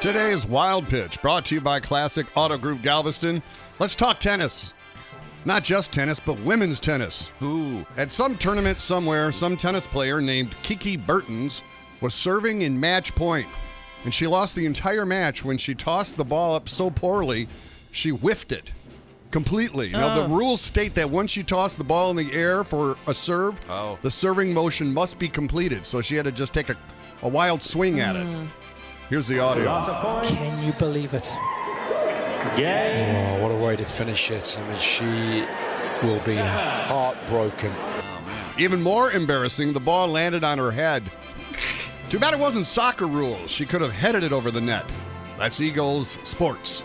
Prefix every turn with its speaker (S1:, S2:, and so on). S1: Today's Wild Pitch brought to you by Classic Auto Group Galveston. Let's talk tennis. Not just tennis, but women's tennis.
S2: Ooh.
S1: At some tournament somewhere, some tennis player named Kiki Burtons was serving in match point, and she lost the entire match when she tossed the ball up so poorly she whiffed it completely. Now, the rules state that once you toss the ball in the air for a serve,
S2: Oh.
S1: the serving motion must be completed, so she had to just take a, a wild swing at it. Here's the audio.
S3: Lots of points.
S4: Can you believe it?
S3: Game.
S5: Oh, what a way to finish it. I mean, she will be heartbroken.
S1: Even more embarrassing, the ball landed on her head. Too bad it wasn't soccer rules. She could have headed it over the net. That's Eagles Sports.